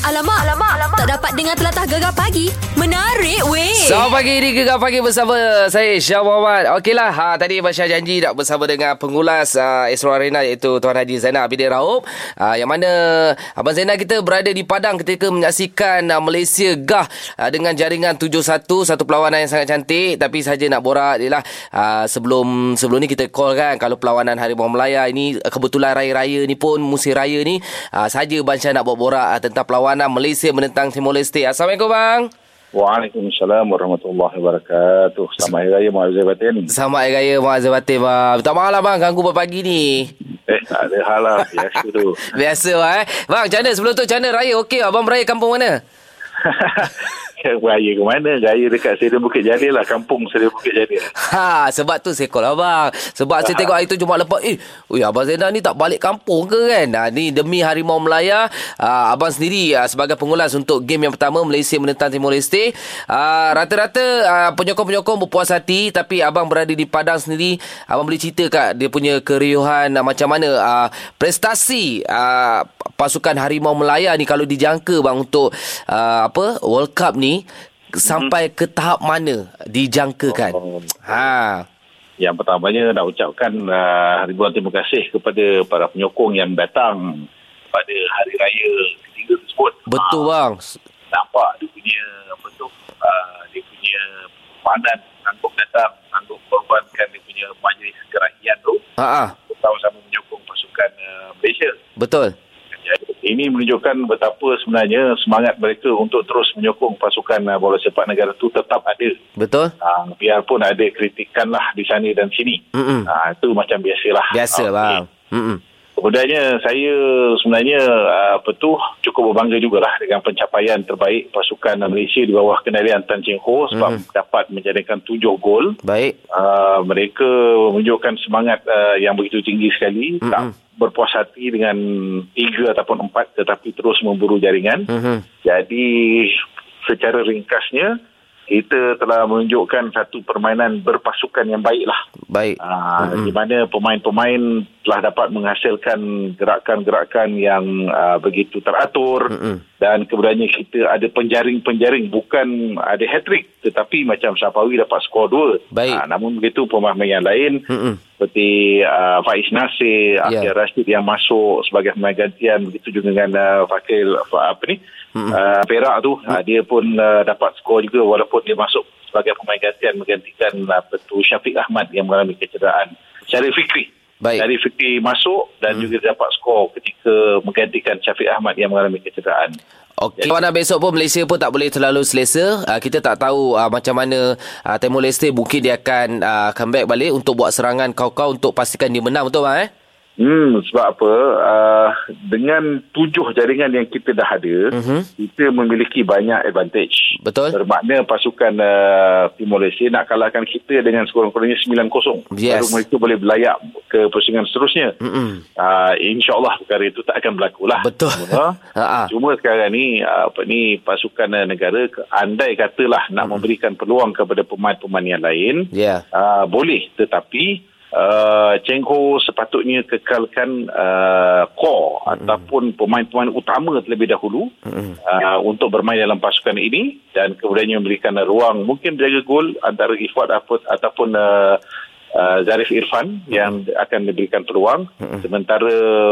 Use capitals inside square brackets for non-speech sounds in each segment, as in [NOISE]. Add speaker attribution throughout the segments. Speaker 1: Alamak, alamak, alamak. Tak dapat dengar telatah gegar pagi. Menarik, weh.
Speaker 2: Selamat pagi di Gegar Pagi bersama saya Syah Muhammad. Okeylah, ha, tadi Masya janji nak bersama dengan pengulas uh, Astro Arena iaitu Tuan Haji Zainal Abidin Raub. Uh, yang mana Abang Zainal kita berada di Padang ketika menyaksikan uh, Malaysia Gah uh, dengan jaringan 71. Satu perlawanan yang sangat cantik. Tapi saja nak borak ialah uh, sebelum sebelum ni kita call kan kalau perlawanan Harimau Melaya ini uh, kebetulan raya-raya ni pun musim raya ni uh, saja Abang Syah nak buat borak uh, tentang perlawanan Malaysia menentang Timor Leste. Assalamualaikum bang.
Speaker 3: Waalaikumsalam warahmatullahi wabarakatuh. Selamat Hari Raya Muaz Batin.
Speaker 2: Selamat Hari Raya Mak Azhar Batin bang. Minta maaf lah bang ganggu buat pagi ni.
Speaker 3: Eh, tak ada hal lah. Biasa tu. [LAUGHS]
Speaker 2: Biasa bang eh. Bang, macam mana sebelum tu macam mana raya? Okey abang beraya kampung mana?
Speaker 3: Raya ke mana? Raya dekat Stadium Bukit Jalil lah. Kampung Stadium Bukit Jalil.
Speaker 2: [LAUGHS] Ha, sebab tu saya call abang. Sebab saya tengok hari tu Jumaat lepas, eh, ui, abang Zainal ni tak balik kampung ke kan? Ha, ni demi Harimau Melaya, ha, abang sendiri ha, sebagai pengulas untuk game yang pertama Malaysia menentang Timor Leste. Ha, rata-rata ha, penyokong-penyokong berpuas hati tapi abang berada di Padang sendiri. Abang boleh cerita kat dia punya keriuhan ha, macam mana ha, prestasi ha, pasukan Harimau Melaya ni kalau dijangka bang untuk ha, apa World Cup ni sampai ke tahap mana dijangkakan?
Speaker 3: Oh.
Speaker 2: Ha.
Speaker 3: Yang pertamanya nak ucapkan uh, ribuan terima kasih kepada para penyokong yang datang pada Hari Raya ketiga tersebut.
Speaker 2: Betul bang.
Speaker 3: nampak dia punya apa tu uh, dia punya pemanan sanggup datang sanggup korbankan dia punya majlis kerahian tu
Speaker 2: Ha ah.
Speaker 3: bersama-sama menyokong pasukan uh, Malaysia
Speaker 2: Betul.
Speaker 3: Jadi, ini menunjukkan betapa sebenarnya semangat mereka untuk terus menyokong pasukan uh, bola sepak negara tu tetap ada
Speaker 2: Betul.
Speaker 3: uh, biarpun ada kritikan lah di sana dan sini
Speaker 2: Mm-mm.
Speaker 3: uh, itu macam biasalah
Speaker 2: Biasa
Speaker 3: Ah,
Speaker 2: bang.
Speaker 3: okey.
Speaker 2: Hmm.
Speaker 3: Kemudiannya saya sebenarnya ah, apa tu cukup berbangga jugalah dengan pencapaian terbaik pasukan Malaysia di bawah kenalian Tan Cheng Ho sebab mm-hmm. dapat menjadikan tujuh gol.
Speaker 2: Baik.
Speaker 3: Ah, mereka menunjukkan semangat ah, yang begitu tinggi sekali mm-hmm. tak berpuas hati dengan tiga ataupun empat tetapi terus memburu jaringan.
Speaker 2: Mhm.
Speaker 3: Jadi secara ringkasnya kita telah menunjukkan satu permainan berpasukan yang baiklah.
Speaker 2: Baik.
Speaker 3: Ah, mm-hmm. di mana pemain-pemain telah dapat menghasilkan gerakan-gerakan yang ah, begitu teratur mm-hmm. dan kemudiannya kita ada penjaring-penjaring bukan ada hat-trick tetapi macam Syafawi dapat skor dua.
Speaker 2: Baik.
Speaker 3: Ah, namun begitu pemain-pemain yang lain
Speaker 2: Mm-mm.
Speaker 3: seperti ah, Faiz Nasir,
Speaker 2: Ya.
Speaker 3: Akhil Rashid yang masuk sebagai pemain gantian begitu juga dengan ah, Fakil Fa- apa ni ah, Perak tu
Speaker 2: Mm.
Speaker 3: ah, dia pun ah, dapat skor juga walaupun dia masuk sebagai pemain gantian menggantikan ah, apa tu Syafiq Ahmad yang mengalami kecederaan Syarif Fikri
Speaker 2: Baik. Mm.
Speaker 3: Syarif Fikri masuk dan juga dia dapat skor ketika menggantikan Syafiq Ahmad yang mengalami kecederaan
Speaker 2: Okey, lawanan besok pun Malaysia pun tak boleh terlalu selesa. Uh, kita tak tahu uh, macam mana uh, Timor Leste mungkin dia akan uh, comeback balik untuk buat serangan kau-kau untuk pastikan dia menang betul bang eh?
Speaker 3: Hmm, sebab apa? Uh, dengan tujuh jaringan yang kita dah ada, uh-huh. kita memiliki banyak advantage.
Speaker 2: Mhm. Betul.
Speaker 3: Bermakna pasukan uh, Timor Leste nak kalahkan kita dengan sekurang-kurangnya 9-0.
Speaker 2: Yes.
Speaker 3: Baru mereka boleh berlayak ke pusingan seterusnya. Uh-huh. Uh, InsyaAllah perkara itu tak akan berlaku lah.
Speaker 2: Betul. [LAUGHS]
Speaker 3: Cuma,
Speaker 2: Ha ah.
Speaker 3: Cuma sekarang ni uh, apa ni pasukan uh, negara ke- andai katalah nak memberikan peluang kepada pemain-pemain yang lain
Speaker 2: Ya.
Speaker 3: uh, boleh tetapi uh, Cheng Ho sepatutnya kekalkan uh, core mm-hmm. ataupun pemain-pemain utama terlebih dahulu mm-hmm. uh, untuk bermain dalam pasukan ini dan kemudiannya memberikan uh, ruang mungkin jaga gol antara Ifat apa- ataupun uh, Uh, Zarif Irfan hmm. yang akan diberikan peluang hmm. sementara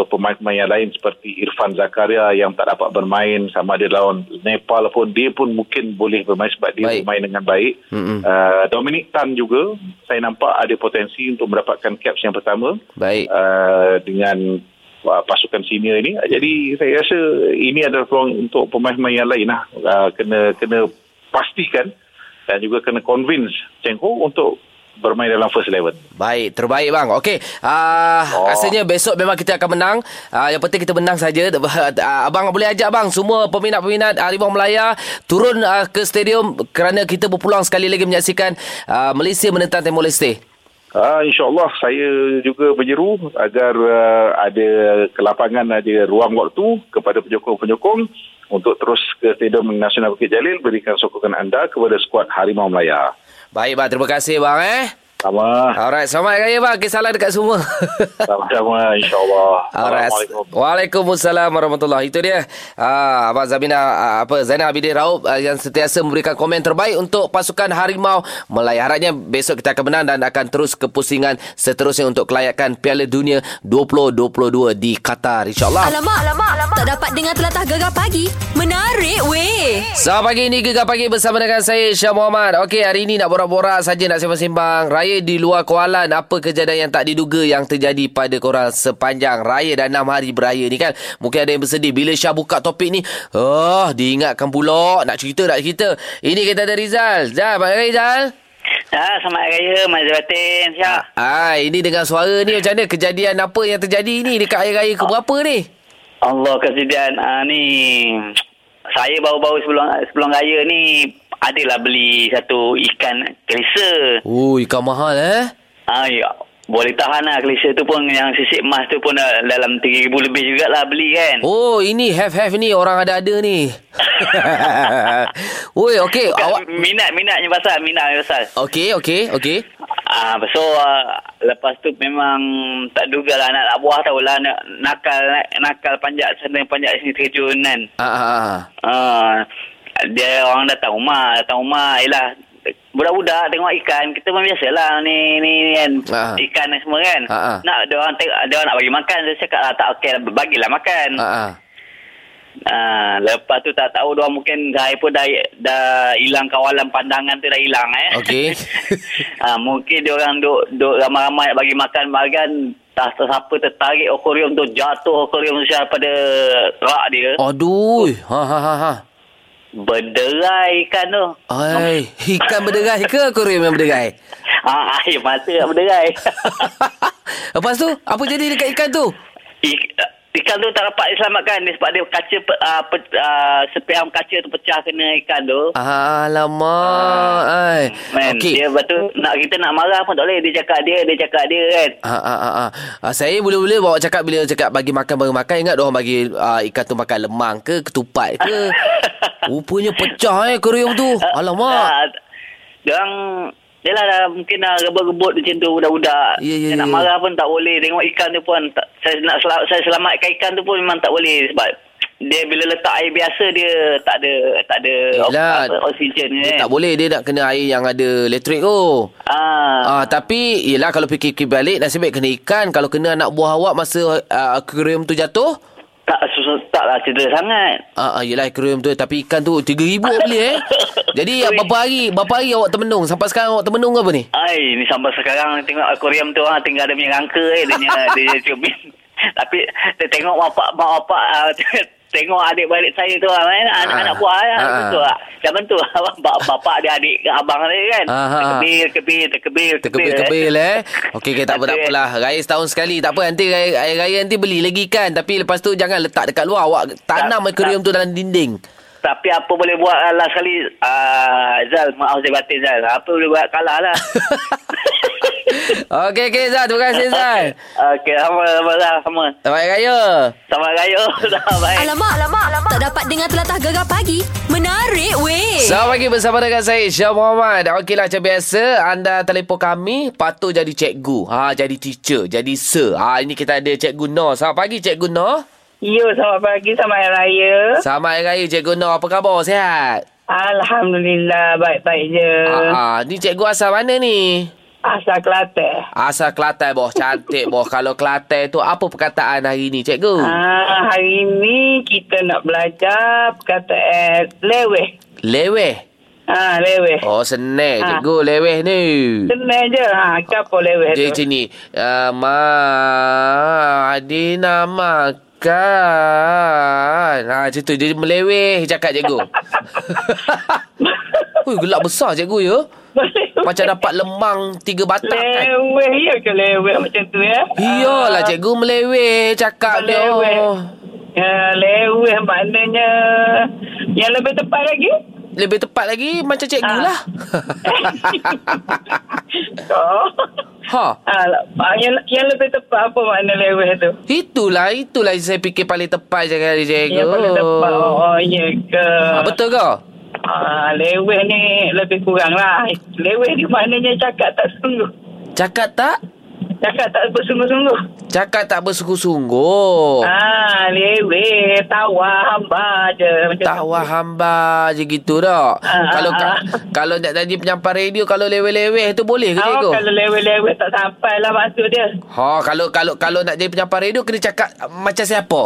Speaker 3: pemain-pemain yang lain seperti Irfan Zakaria yang tak dapat bermain sama ada lawan Nepal pun dia pun mungkin boleh bermain sebab dia
Speaker 2: Baik.
Speaker 3: bermain main dengan baik.
Speaker 2: Mm-mm.
Speaker 3: Uh, Dominic Tan juga saya nampak ada potensi untuk mendapatkan caps yang pertama
Speaker 2: Baik.
Speaker 3: uh, dengan uh, pasukan senior ini. Uh, Jadi saya rasa ini adalah peluang untuk pemain-pemain yang lain lah. Uh, kena kena pastikan dan juga kena convince Cheng Ho untuk bermain dalam first eleven.
Speaker 2: Baik, terbaik bang. Okey, uh, oh.
Speaker 3: Oh.
Speaker 2: rasanya besok memang kita akan menang. Uh, yang penting kita menang saja. [LAUGHS] Uh, abang boleh ajak bang semua peminat-peminat uh, Harimau Melaya turun uh, ke stadium kerana kita berpeluang sekali lagi menyaksikan uh, Malaysia menentang Timor Leste.
Speaker 3: Ah, InsyaAllah saya juga menyeru agar uh, ada kelapangan, ada ruang waktu kepada penyokong-penyokong untuk terus ke Stadium Nasional Bukit Jalil berikan sokongan anda kepada skuad Harimau Melaya.
Speaker 2: Baik bang, terima kasih bang eh.
Speaker 3: Sama.
Speaker 2: Alright, selamat Hari Raya bang. Okay, salam dekat semua. [LAUGHS]
Speaker 3: Sama-sama insyaAllah.
Speaker 2: Alright. Waalaikumsalam warahmatullahi. Itu dia. Ah, Abang Zabina ah, apa Zainal Abidin Raub ah, yang sentiasa memberikan komen terbaik untuk pasukan Harimau Melayu. Harapnya besok kita akan menang dan akan terus ke pusingan seterusnya untuk kelayakan Piala Dunia 2022 di Qatar insya-Allah.
Speaker 1: Alamak, alamak, alamak. Tak dapat dengar telatah gegar pagi. Menarik weh.
Speaker 2: Selamat pagi ini Gegar Pagi bersama dengan saya Syah Muhammad Okey hari ini nak borak-borak saja nak sembang-sembang Raya di luar Kualan Apa kejadian yang tak diduga yang terjadi pada korang sepanjang Raya dan 6 hari beraya ni kan Mungkin ada yang bersedih Bila Syah buka topik ni Oh diingatkan pula Nak cerita nak cerita Ini kita ada Rizal Zal, Pak Rizal
Speaker 4: Ah, selamat Hari Raya, Mazir Batin, Syah.
Speaker 2: Ah, ini dengan suara ni macam mana Kejadian apa yang terjadi ni Dekat Hari Raya keberapa ni
Speaker 4: Allah kesedihan ah, ni. Saya baru-baru sebelum sebelum raya ni adalah beli satu ikan kelisa.
Speaker 2: Oh ikan mahal eh
Speaker 4: Ah, ya. Boleh tahan lah kelisa tu pun yang sisik emas tu pun dah dalam 3000 lebih jugalah beli kan.
Speaker 2: Oh, ini have-have ni orang ada-ada ni. [LAUGHS] Woi, okey,
Speaker 4: Bukan,
Speaker 2: awak Oh.
Speaker 4: Minat, minatnya pasal, minatnya pasal.
Speaker 2: Okey, okey, okey.
Speaker 4: Ah, so ah, lepas tu memang tak duga lah anak buah tahu lah nak, nakal nakal panjat sana panjat sini terjun kan.
Speaker 2: Ah, ah, ah.
Speaker 4: Ah, dia orang datang rumah, datang rumah ialah budak-budak tengok ikan, kita pun biasalah ni ni, ni kan.
Speaker 2: Ah.
Speaker 4: Ikan ni semua kan.
Speaker 2: Ah, ah.
Speaker 4: Nak dia orang tengok dia orang nak bagi makan, saya cakap lah tak okey bagilah makan.
Speaker 2: Ah, ah.
Speaker 4: Ah, lepas tu tak tahu dia orang mungkin saya pun dah dah hilang kawalan pandangan tu dah hilang eh.
Speaker 2: Okey.
Speaker 4: [LAUGHS] ah, mungkin dia orang duk duk ramai-ramai nak bagi makan bagan tak tahu siapa tertarik akuarium tu jatuh akuarium tu pada rak dia.
Speaker 2: ah. Oh. Aduh. Ha ha ha ha.
Speaker 4: Berderai ikan tu.
Speaker 2: Ai, ikan berderai ke akuarium yang berderai? [LAUGHS]
Speaker 4: Ah, [LAUGHS] air mata nak berderai.
Speaker 2: Lepas tu, apa jadi dekat ikan tu?
Speaker 4: Ik- ikan tu tak dapat diselamatkan ni sebab dia kaca pe- ah, pe- ah, sepiam kaca tu pecah kena ikan tu.
Speaker 2: Alamak. Ai.
Speaker 4: Ah, Man, okay.
Speaker 2: Okey.
Speaker 4: dia betul nak kita nak marah pun tak boleh. Dia cakap dia, dia cakap dia kan.
Speaker 2: Ah, ah, ah, ah. ah saya boleh-boleh bawa cakap bila cakap bagi makan bagi makan ingat dia orang bagi ah, ikan tu makan lemang ke ketupat
Speaker 4: [LAUGHS]
Speaker 2: ke. Rupanya pecah eh akuarium tu. Alamak.
Speaker 4: Ah, dia orang Yelah dah mungkin dah rebut-rebut macam tu budak-budak.
Speaker 2: Ya, ya,
Speaker 4: Dia
Speaker 2: ya,
Speaker 4: nak
Speaker 2: ya.
Speaker 4: marah pun tak boleh. Tengok ikan tu pun tak, saya nak sel- saya selamatkan ikan tu pun memang tak boleh sebab dia bila letak air biasa dia tak ada tak ada
Speaker 2: Yelah.
Speaker 4: apa, oksigen
Speaker 2: Dia
Speaker 4: kan.
Speaker 2: tak boleh dia nak kena air yang ada elektrik tu.
Speaker 4: Ah.
Speaker 2: Ah, tapi yelah kalau fikir-fikir balik nasib baik kena ikan kalau kena anak buah awak masa uh, akuarium tu jatuh
Speaker 4: Tak susah taklah cedera sangat.
Speaker 2: Ah, ah, yelah akuarium tu tapi ikan tu 3000 beli
Speaker 4: [LAUGHS]
Speaker 2: eh. Jadi ah, berapa hari berapa hari awak termenung sampai sekarang awak termenung apa ni?
Speaker 4: Ai, ni sampai sekarang tengok akuarium tu ah tinggal ada punya rangka eh dia punya [LAUGHS] dia punya cermin. Tapi dia tengok bapak mak bapak ah, [LAUGHS] tengok adik-beradik saya tu ah kan anak,
Speaker 2: Ah,
Speaker 4: anak buah ah
Speaker 2: ah,
Speaker 4: betul ah. Zaman tu ah, [LAUGHS] bapak bapak dia adik ke abang dia kan.
Speaker 2: Ah, ah, ah.
Speaker 4: Terkebir terkebir terkebir
Speaker 2: Terkebil-kebil
Speaker 4: kan?
Speaker 2: eh. Okey okay, tak apa tak
Speaker 4: Tapi-
Speaker 2: apalah. Raya setahun sekali tak apa nanti raya, raya, raya nanti beli lagi ikan tapi lepas tu jangan letak dekat luar awak tanam
Speaker 4: Tak,
Speaker 2: akuarium tu dalam dinding. [LAUGHS]
Speaker 4: Tapi apa boleh buat ah, last sekali ah Zal maaf saya batin Zal. Apa boleh buat kalah lah.
Speaker 2: Okey okey Zah [LAUGHS] terima kasih
Speaker 4: [LAUGHS]
Speaker 2: Zah.
Speaker 4: Okey, sama sama sama.
Speaker 2: Selamat Hari Raya.
Speaker 4: Sama raya. [LAUGHS] Dah baik.
Speaker 1: Alamak, alamak, alamak. Tak dapat dengar telatah gegar pagi. Menarik weh.
Speaker 2: Selamat pagi bersama dengan saya Syah Muhammad Okeylah macam biasa Anda telefon kami Patut jadi cikgu ha, Jadi teacher Jadi sir ha, Ini kita ada cikgu Noh Selamat pagi cikgu Noh
Speaker 5: Yo, Ya, selamat pagi, selamat hari raya.
Speaker 2: Selamat Hari Raya cikgu Noh Apa khabar sihat?
Speaker 5: Alhamdulillah, baik-baik je.
Speaker 2: Ha, ha. Ni cikgu asal mana ni?
Speaker 5: Asal Kelantan.
Speaker 2: Asal Kelantan boh Cantik boh Kalau Kelantan tu Apa perkataan hari ni cikgu?
Speaker 5: Ah, hari ini kita nak belajar perkataan leweh.
Speaker 2: Leweh
Speaker 5: Ah, leweh.
Speaker 2: Oh senang
Speaker 5: Ha.
Speaker 2: cikgu Leweh ni
Speaker 5: Senang je. Ha, ke apa leweh
Speaker 2: Dia
Speaker 5: [LAUGHS] tu?
Speaker 2: sini uh, Ma Adina makan ha, Macam tu Dia meleweh Cakap
Speaker 5: [LAUGHS]
Speaker 2: cikgu Ui, gelak besar cikgu ya Macam dapat lemang Tiga batang kan
Speaker 5: Leweh, ya ke leweh macam tu ya?
Speaker 2: Iyalah cikgu meleweh Cakap dia oh.
Speaker 5: Meleweh. Ya, leweh maknanya yang lebih tepat lagi. [LAUGHS]
Speaker 2: Lebih tepat lagi Macam cikgu
Speaker 5: Ah.
Speaker 2: lah
Speaker 5: oh. [LAUGHS]
Speaker 2: [LAUGHS] Ha
Speaker 5: Ah, yang, yang lebih tepat apa makna leweh tu?
Speaker 2: Itulah Itulah yang saya fikir paling tepat Cakap dia cikgu
Speaker 5: Ya, paling tepat. Oh, oh ya ke?
Speaker 2: ha, Betul ke?
Speaker 5: Ah, leweh ni lebih kurang lah. Leweh ni maknanya cakap tak sungguh.
Speaker 2: Cakap tak?
Speaker 5: Cakap tak bersungguh-sungguh.
Speaker 2: Cakap tak bersungguh-sungguh.
Speaker 5: Ah, lewe, tawa hamba je. Macam
Speaker 2: Tawa hamba je gitu dah.
Speaker 5: Ah,
Speaker 2: Kalau
Speaker 5: ah,
Speaker 2: ka-
Speaker 5: ah.
Speaker 2: kalau nak jadi penyampai radio kalau leweh-leweh tu boleh ke cikgu?
Speaker 5: Oh, kalau lewe-lewe tak sampai lah maksud dia. [LAUGHS]
Speaker 2: Ha kalau kalau kalau nak jadi penyampai radio kena cakap ah, macam siapa?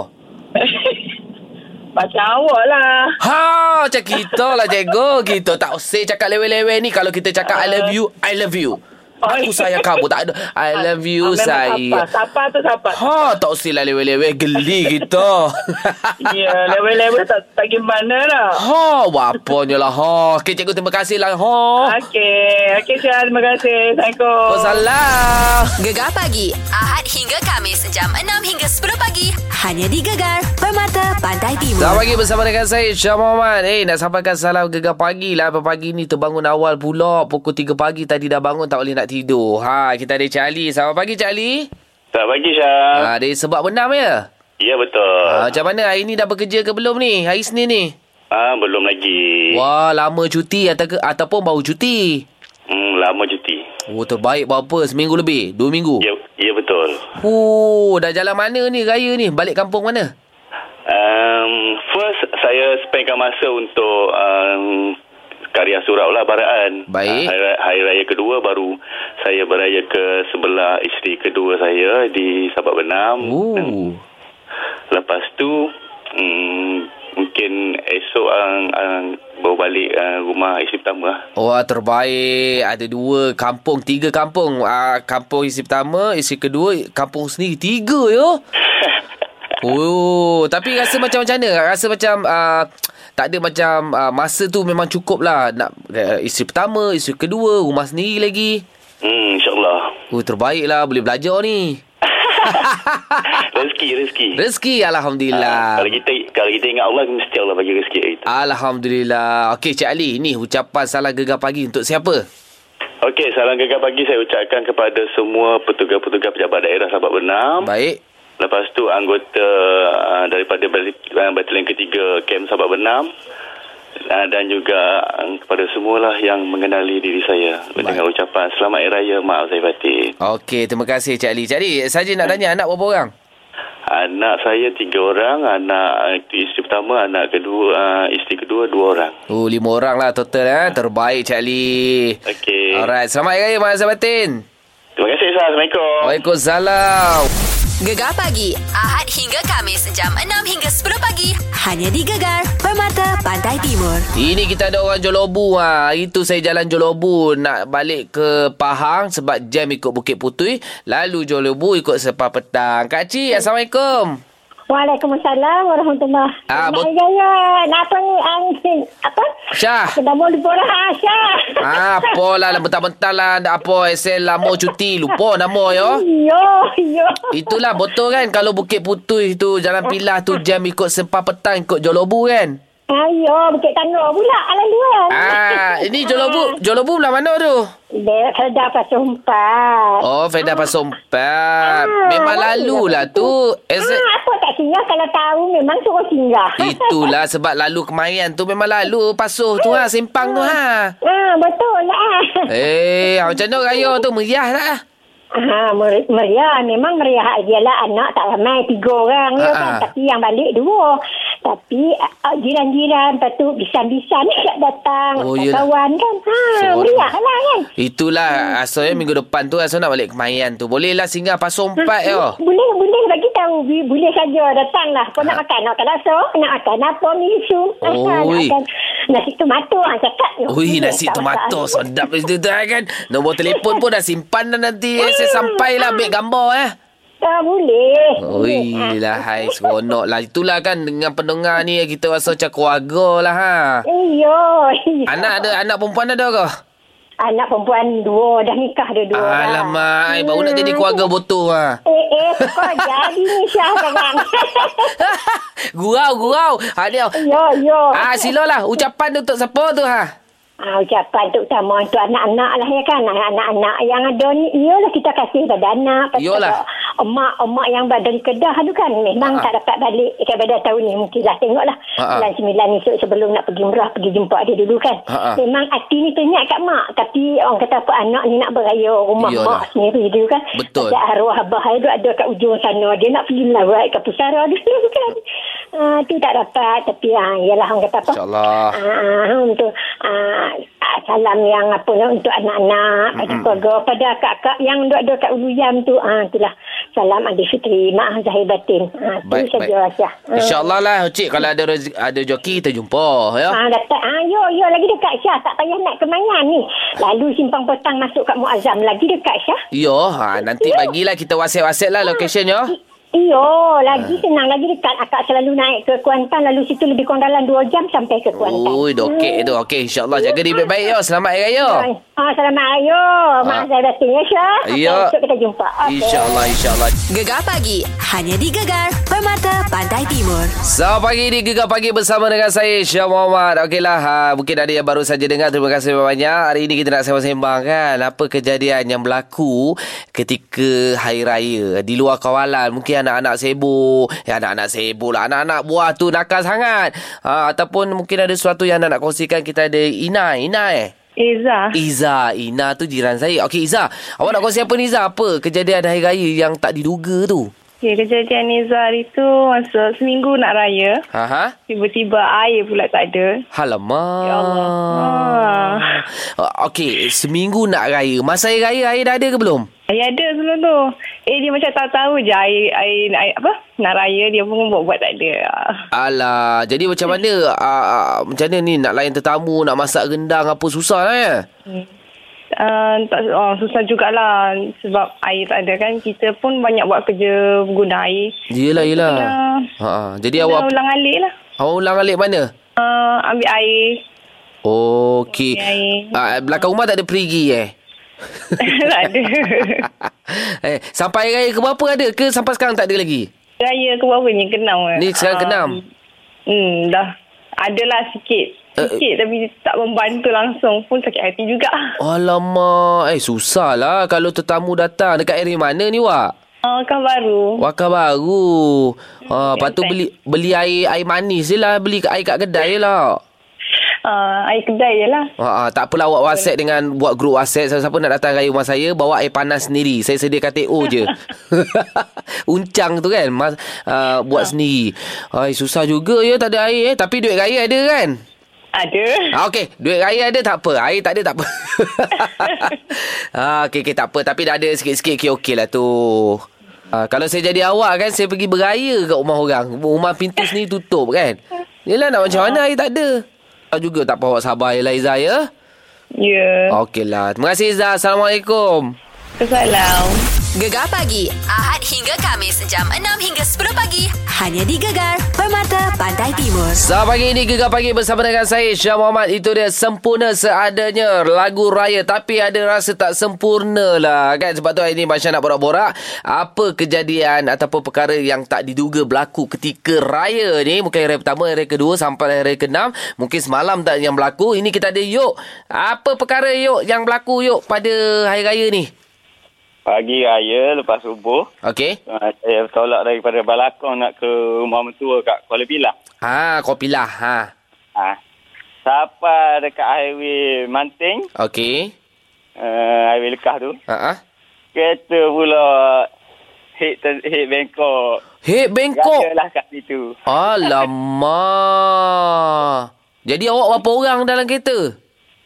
Speaker 5: Macam awak lah.
Speaker 2: Ha macam kita lah cikgu. Kita tak usah cakap leweh-leweh ni kalau kita cakap I love you, I love you. Aku sayang kamu tak ada I
Speaker 5: Ah,
Speaker 2: love you
Speaker 5: Sapa.
Speaker 2: saya.
Speaker 5: Sapa tu sapa.
Speaker 2: Ha tak usah lah leweh-leweh geli kita.
Speaker 5: Ya, lewe-lewe tak, tak gimana lah.
Speaker 2: Ha, wapanya lah. Ha. Okey, cikgu terima kasih lah. Ha.
Speaker 5: Okey. Okey, Syah. Terima kasih. Assalamualaikum.
Speaker 2: Wassalam.
Speaker 1: Gegar pagi Ahad hingga Kamis jam 6 hingga 10 pagi hanya di Gegar Permata Pantai Timur.
Speaker 2: Selamat pagi bersama dengan saya Syah Muhammad Eh nak sampaikan salam gegar pagi lah Pagi ni terbangun awal pula Pukul 3 pagi tadi dah bangun tak boleh nak tidur Ha kita ada Cik Ali Selamat pagi Cik Ali
Speaker 4: Tak pagi Syah.
Speaker 2: ha, Dia sebab benam ya
Speaker 4: Ya betul.
Speaker 2: ha, Macam mana hari ni dah bekerja ke belum ni Hari Senin ni
Speaker 4: Ah belum lagi.
Speaker 2: Wah lama cuti atau ke, ataupun baru cuti
Speaker 4: Hmm lama cuti.
Speaker 2: Oh terbaik berapa seminggu lebih Dua minggu
Speaker 4: Ya ya betul.
Speaker 2: Oh dah jalan mana ni raya ni Balik kampung mana
Speaker 4: Um, first saya spendkan masa untuk um, karya surau lah baraan.
Speaker 2: Baik.
Speaker 4: Ah, hari, raya, hari raya kedua baru saya beraya ke sebelah isteri kedua saya di Sabak Benam.
Speaker 2: Oh
Speaker 4: Lepas tu um, mungkin esok um, um, baru balik uh, rumah isteri pertama lah.
Speaker 2: Wah terbaik Ada dua kampung Tiga kampung uh, Kampung isteri pertama Isteri kedua Kampung sendiri Tiga yo
Speaker 4: [LAUGHS]
Speaker 2: Oh Tapi rasa macam macam mana Rasa macam uh, Tak ada macam uh, Masa tu memang cukup lah Nak uh, Isteri pertama Isteri kedua Rumah sendiri lagi
Speaker 4: Hmm insyaAllah. [LAUGHS]
Speaker 2: Oh terbaik lah Boleh belajar ni
Speaker 4: rezeki, rezeki.
Speaker 2: Rezeki
Speaker 4: Ah,
Speaker 2: Alhamdulillah
Speaker 4: kalau kita kalau kita ingat Allah mesti Allah bagi rezeki kat kita.
Speaker 2: Alhamdulillah Okey Cik Ali Ni ucapan salam gegar pagi Untuk siapa?
Speaker 4: Okey, salam gegar pagi saya ucapkan kepada semua petugas-petugas pejabat daerah Sabak Benam.
Speaker 2: Baik
Speaker 4: Lepas tu anggota uh, daripada bat- uh, batalion ketiga KM Sabak Benam uh, dan juga uh, kepada semualah yang mengenali diri saya dengan ucapan selamat hari raya maaf saya batin.
Speaker 2: Okey terima kasih Cik Ali Cik Ali Saja
Speaker 4: Hmm.
Speaker 2: nak tanya Anak berapa orang?
Speaker 4: Anak saya tiga orang, anak uh, isteri pertama, anak kedua, uh, isteri kedua dua orang.
Speaker 2: Oh, lima orang lah total eh. Terbaik Cik Ali.
Speaker 4: Okey.
Speaker 2: Alright, selamat hari raya Mak Azhar Batin.
Speaker 4: Terima kasih Ustaz. Assalamualaikum.
Speaker 2: Waalaikumsalam.
Speaker 1: Gegar pagi Ahad hingga Kamis jam 6 hingga 10 pagi hanya di Gegar Permata Pantai Timur.
Speaker 2: Ini kita ada orang Jolobu ha. Hari tu saya jalan Jolobu nak balik ke Pahang sebab jam ikut Bukit Putui. Lalu Jolobu ikut sepah petang. Kak Cik, Assalamualaikum.
Speaker 6: Waalaikumsalam warahmatullahi
Speaker 2: Ah,
Speaker 6: Mak
Speaker 2: bet-
Speaker 6: Jaya, kenapa ni angin? Apa?
Speaker 2: Syah.
Speaker 6: Kita mau libur lah, Syah.
Speaker 2: Ah, apalah lah bentar-bentar lah. Tak apa, SL lama cuti. Lupa nama yo.
Speaker 6: Yo, yo.
Speaker 2: Itulah betul kan kalau Bukit Putui tu jalan pilah tu jam ikut sepah petang ikut Jolobu kan.
Speaker 6: Ayo, Bukit Tanur pula, alam luar.
Speaker 2: Ah, ini Jolobu, Jolobu belah mana tu?
Speaker 6: Dia sedap pasal umpat.
Speaker 2: Oh, Fedah Pasar Empat. Memang lalulah tu.
Speaker 6: Ah,
Speaker 2: As a-
Speaker 6: apa tak singgah kalau tahu memang suruh singgah.
Speaker 2: Itulah sebab lalu kemayan tu memang lalu Pasuh tu ha, simpang tu ha.
Speaker 6: [LAUGHS] Ah, betul lah.
Speaker 2: Eh, ah, macam mana raya tu meriah tak? ah?
Speaker 6: Ah, mer- meriah. Memang meriah je lah. Anak tak ramai. Tiga orang
Speaker 2: Ah,
Speaker 6: je kan.
Speaker 2: ah.
Speaker 6: Tapi yang balik dua. Tapi ah, ah, jiran-jiran. Lepas tu bisan-bisan ni tak datang.
Speaker 2: Oh,
Speaker 6: Tak
Speaker 2: yelah.
Speaker 6: kawan kan. Ha,
Speaker 2: Seorang.
Speaker 6: meriah lah kan.
Speaker 2: Itulah asalnya minggu depan tu asal nak balik kemayan tu. Bolehlah singgah eh, Pasar Empat yo.
Speaker 6: Boleh, boleh bagi tahu. Bi- Boleh saja datanglah. Kau nak makan, nak makan laksa, nak makan apa, misu. Ah, nak
Speaker 2: Ha. Oi.
Speaker 6: makan nasi tomato. Ha, cakap.
Speaker 2: Ui,
Speaker 6: Boleh,
Speaker 2: nasi
Speaker 6: tak
Speaker 2: tomato
Speaker 6: masalah.
Speaker 2: sedap itu tu ah, kan. Nombor telefon pun dah simpan dah nanti. Eh. Saya sampailah ambil gambar eh.
Speaker 6: Ah, boleh.
Speaker 2: Oi
Speaker 6: Boleh. Ah.
Speaker 2: lah
Speaker 6: [LAUGHS]
Speaker 2: hai seronok lah Itulah kan dengan pendengar ni Kita rasa macam keluarga lah ha
Speaker 6: Iyo. iyo.
Speaker 2: Anak ada anak perempuan ada ke?
Speaker 6: Anak perempuan dua dah nikah dia dua. dah.
Speaker 2: Alamak ai, baru
Speaker 6: Hmm.
Speaker 2: nak jadi keluarga botol ha [LAUGHS]
Speaker 6: Eh, eh, kau jadi ni Syah kan? sekarang.
Speaker 2: Gurau gurau ha, dia.
Speaker 6: yo, yo.
Speaker 2: Ah silalah ucapan untuk siapa tu ha
Speaker 6: Ah, ucapan untuk utama Ah, untuk anak-anak lah ya kan. Anak- Anak-anak yang ada ni, iyalah kita kasih pada anak. Lepas tu
Speaker 2: Iyalah. Ah,
Speaker 6: ada emak-emak yang badan kedah tu kan memang
Speaker 2: Ha-ha.
Speaker 6: tak dapat balik daripada tahun ni mungkinlah tengoklah
Speaker 2: Ha-ha.
Speaker 6: bulan sembilan ni esok sebelum nak pergi murah pergi jumpa dia dulu kan
Speaker 2: Ha-ha.
Speaker 6: memang hati ni teringat kat mak tapi orang kata apa anak ni nak beraya rumah
Speaker 2: Iyalah.
Speaker 6: mak sendiri dulu kan
Speaker 2: Betul.
Speaker 6: ada arwah abah dia tu ada kat ujung sana dia nak pergi melawat kat pusara dulu [LAUGHS] kan Ah, tu tak dapat tapi ah, ialah orang kata apa
Speaker 2: InsyaAllah.
Speaker 6: Ah, ah, untuk ah, ah, salam yang apa lah, untuk anak-anak pada keluarga pada akak-akak yang duduk duduk kat Ulu Yam tu ah itulah salam Aidilfitri maaf zahir batin ah tu
Speaker 2: Baik,
Speaker 6: saja Ah,
Speaker 2: baik.
Speaker 6: Aisyah
Speaker 2: InsyaAllah lah Cik Kalau ada rezeki, ada joki Kita jumpa ya.
Speaker 6: Ah, dapat. Ah, yo, yo lagi dekat Syah. Tak payah nak ke Mayan ni. Lalu simpang petang masuk kat Muazzam. Lagi dekat Syah.
Speaker 2: Yo ha, Nanti
Speaker 6: Ya.
Speaker 2: bagilah Kita whatsapp-whatsapp lah Location ya
Speaker 6: Iyo,
Speaker 2: Eh.
Speaker 6: lagi senang, lagi dekat. Akak selalu naik ke Kuantan, lalu situ lebih kurang dalam 2 jam sampai ke Kuantan.
Speaker 2: Ui dokek tu Okey insyaAllah Jaga diri baik-baik ya Selamat Hari Raya
Speaker 6: Ah, selamat ayo.
Speaker 2: Ah.
Speaker 6: Mak saya batin ya, Syah.
Speaker 2: Ya.
Speaker 6: Esok kita jumpa. Okey.
Speaker 2: InsyaAllah InsyaAllah
Speaker 1: Gegar pagi hanya di Gegar Permata Pantai Timur.
Speaker 2: Selamat pagi di Gegar Pagi bersama dengan saya Syah Muhammad Okeylah ha, Mungkin ada yang baru saja dengar Terima kasih banyak Hari ini kita nak sembang-sembang kan Apa kejadian yang berlaku Ketika Hari Raya Di luar kawalan Mungkin anak-anak sibuk Ya anak-anak sibuk lah Anak-anak buah tu nakal sangat ha, Ataupun mungkin ada sesuatu yang nak, nak kongsikan Kita ada Ina Ina eh
Speaker 5: Izzah.
Speaker 2: Iza Ina tu jiran saya Okey Iza Awak nak kongsi apa ni Iza Apa kejadian Hari Raya yang tak diduga tu
Speaker 5: Okay, kejadian Izzah hari tu masa seminggu nak raya.
Speaker 2: Ha ha
Speaker 5: Tiba-tiba air pula tak ada.
Speaker 2: Alamak.
Speaker 5: Ya Allah.
Speaker 2: Ah, [LAUGHS] Okey, seminggu nak raya. Masa air raya, air dah ada ke belum?
Speaker 5: Air ada sebelum tu. Eh, dia macam tahu-tahu je air, air, air apa? Nak raya dia pun buat-buat tak ada.
Speaker 2: Alah, jadi macam mana? Uh, uh, macam mana ni nak layan tetamu, nak masak rendang apa susah lah ya?
Speaker 5: Uh, tak, oh, susah jugalah sebab air tak ada kan. Kita pun banyak buat kerja guna air.
Speaker 2: Yelah, yelah.
Speaker 5: Yelah.
Speaker 2: Ha, ha. Jadi
Speaker 5: Dia
Speaker 2: awak
Speaker 5: ulang alik lah.
Speaker 2: awak ulang alik mana?
Speaker 5: Uh, ambil air.
Speaker 2: [LAUGHS]
Speaker 5: [LAUGHS]
Speaker 2: Okey.
Speaker 5: Ambil air.
Speaker 2: Ah, belakang rumah tak ada perigi eh? [LAUGHS]
Speaker 5: tak ada.
Speaker 2: eh, sampai hari raya ke berapa ada ke sampai sekarang tak ada lagi?
Speaker 5: Raya ke berapa ni? Kenam ke?
Speaker 2: Ni sekarang
Speaker 5: Ah,
Speaker 2: keenam.
Speaker 5: Hmm, dah. Adalah sikit.
Speaker 2: Eh,
Speaker 5: Sikit tapi tak membantu langsung pun sakit hati juga.
Speaker 2: Alamak, eh susah lah kalau tetamu datang. Dekat area mana ni, Wak?
Speaker 5: Oh, kan baru.
Speaker 2: Wakar baru. Ha, lepas tu
Speaker 5: enteng.
Speaker 2: beli beli air air manis je lah. Beli air kat kedai je lah.
Speaker 5: Uh, air kedai je lah.
Speaker 2: Ha, ha, tak apalah awak whatsapp dengan buat grup whatsapp. Siapa-siapa nak datang raya rumah saya, bawa air panas sendiri. Saya sediakan TO je. [LAUGHS] Uncang tu kan. Mas, uh, buat sendiri. Hai, susah juga ya tak ada air eh. Tapi duit raya ada kan?
Speaker 5: Ada.
Speaker 2: Ah, okey, duit raya ada tak apa. Air tak ada tak apa. ah, okey, okey, tak apa. Tapi dah ada sikit-sikit okey okey lah tu. Ah, kalau saya jadi awak kan, saya pergi beraya kat rumah orang. Rumah pintu sendiri tutup kan. Yelah nak macam mana air tak ada. Tak juga tak apa awak sabar je lah Izzah ya.
Speaker 5: Ya. Yeah.
Speaker 2: Okey lah. Terima kasih Izzah. Assalamualaikum.
Speaker 5: Kesalam.
Speaker 1: Gegar pagi Ahad hingga Kamis jam 6 hingga 10 pagi hanya di Gegar Permata Pantai Timur.
Speaker 2: Selamat pagi ini Gegar Pagi bersama dengan saya Syah Muhammad Itu dia sempurna seadanya Lagu raya Tapi ada rasa tak sempurna lah kan Sebab tu hari ini Masya nak borak-borak Apa kejadian Ataupun perkara yang tak diduga berlaku Ketika raya ni Mungkin hari pertama Hari kedua Sampai hari keenam Mungkin semalam tak yang berlaku Ini kita ada Yuk Apa perkara Yuk Yang berlaku Yuk Pada hari raya ni
Speaker 4: Pagi raya lepas subuh,
Speaker 2: Okey
Speaker 4: uh, saya bertolak daripada balakon nak ke rumah mentua kat Kuala Pilah.
Speaker 2: Ha Kopilah Ha
Speaker 4: Ha. Sampai dekat highway Manting,
Speaker 2: Okey
Speaker 4: uh, highway Lekah tu,
Speaker 2: Ha ah.
Speaker 4: kereta pula hit, ter- hit Bangkok.
Speaker 2: Hei Bangkok
Speaker 4: Rayalah kat situ.
Speaker 2: Alamak. Jadi awak berapa orang dalam kereta?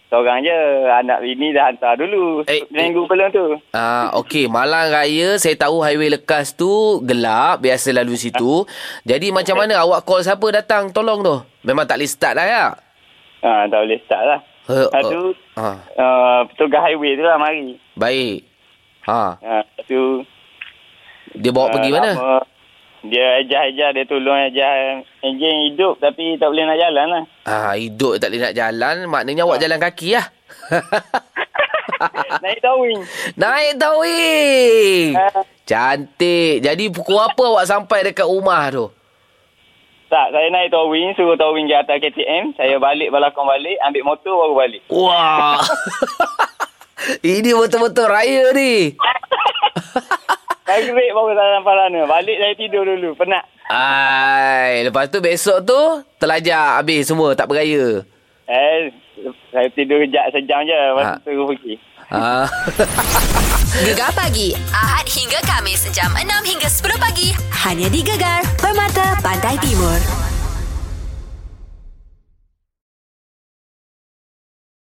Speaker 4: Seorang je, anak bini dah hantar dulu.
Speaker 2: Eh,
Speaker 4: Eh, Minggu belum tu.
Speaker 2: Ah, okey, malam raya saya tahu highway lekas tu gelap, biasa lalu situ. Jadi macam mana awak call siapa datang tolong tu? Memang tak boleh start lah ya.
Speaker 4: Ha, tak boleh start lah.
Speaker 2: Eh,
Speaker 4: Lepas tu,
Speaker 2: eh, ah.
Speaker 4: uh, petugas highway tu lah mari.
Speaker 2: Baik. Ha,
Speaker 4: Ha, lepas tu,
Speaker 2: dia bawa
Speaker 4: Ah,
Speaker 2: pergi mana?
Speaker 4: lama. Dia ejar-ejar, dia tolong ejar enjin hidup tapi tak boleh nak jalan lah.
Speaker 2: Ah, hidup tak boleh nak jalan, maknanya
Speaker 4: Ah.
Speaker 2: awak jalan kaki lah.
Speaker 4: Naik towing.
Speaker 2: [LAUGHS] Naik towing.
Speaker 4: Ah.
Speaker 2: Cantik. Jadi pukul apa awak sampai dekat rumah tu?
Speaker 4: Tak, saya naik towing, suruh towing ke atas KTM. Saya balik balakon balik, ambil motor baru balik.
Speaker 2: [LAUGHS] Wah. Ini betul-betul raya ni.
Speaker 4: Maghrib baru saya sampai sana. Balik saya tidur dulu. Penat.
Speaker 2: Ai, lepas tu besok tu terlajak habis semua tak beraya.
Speaker 4: Eh, saya tidur kejap sejam je. Lepas
Speaker 2: Ha.
Speaker 4: tu terus pergi.
Speaker 2: Ah.
Speaker 1: Gegar pagi Ahad hingga Kamis jam 6 hingga 10 pagi hanya di Gegar Permata Pantai Timur.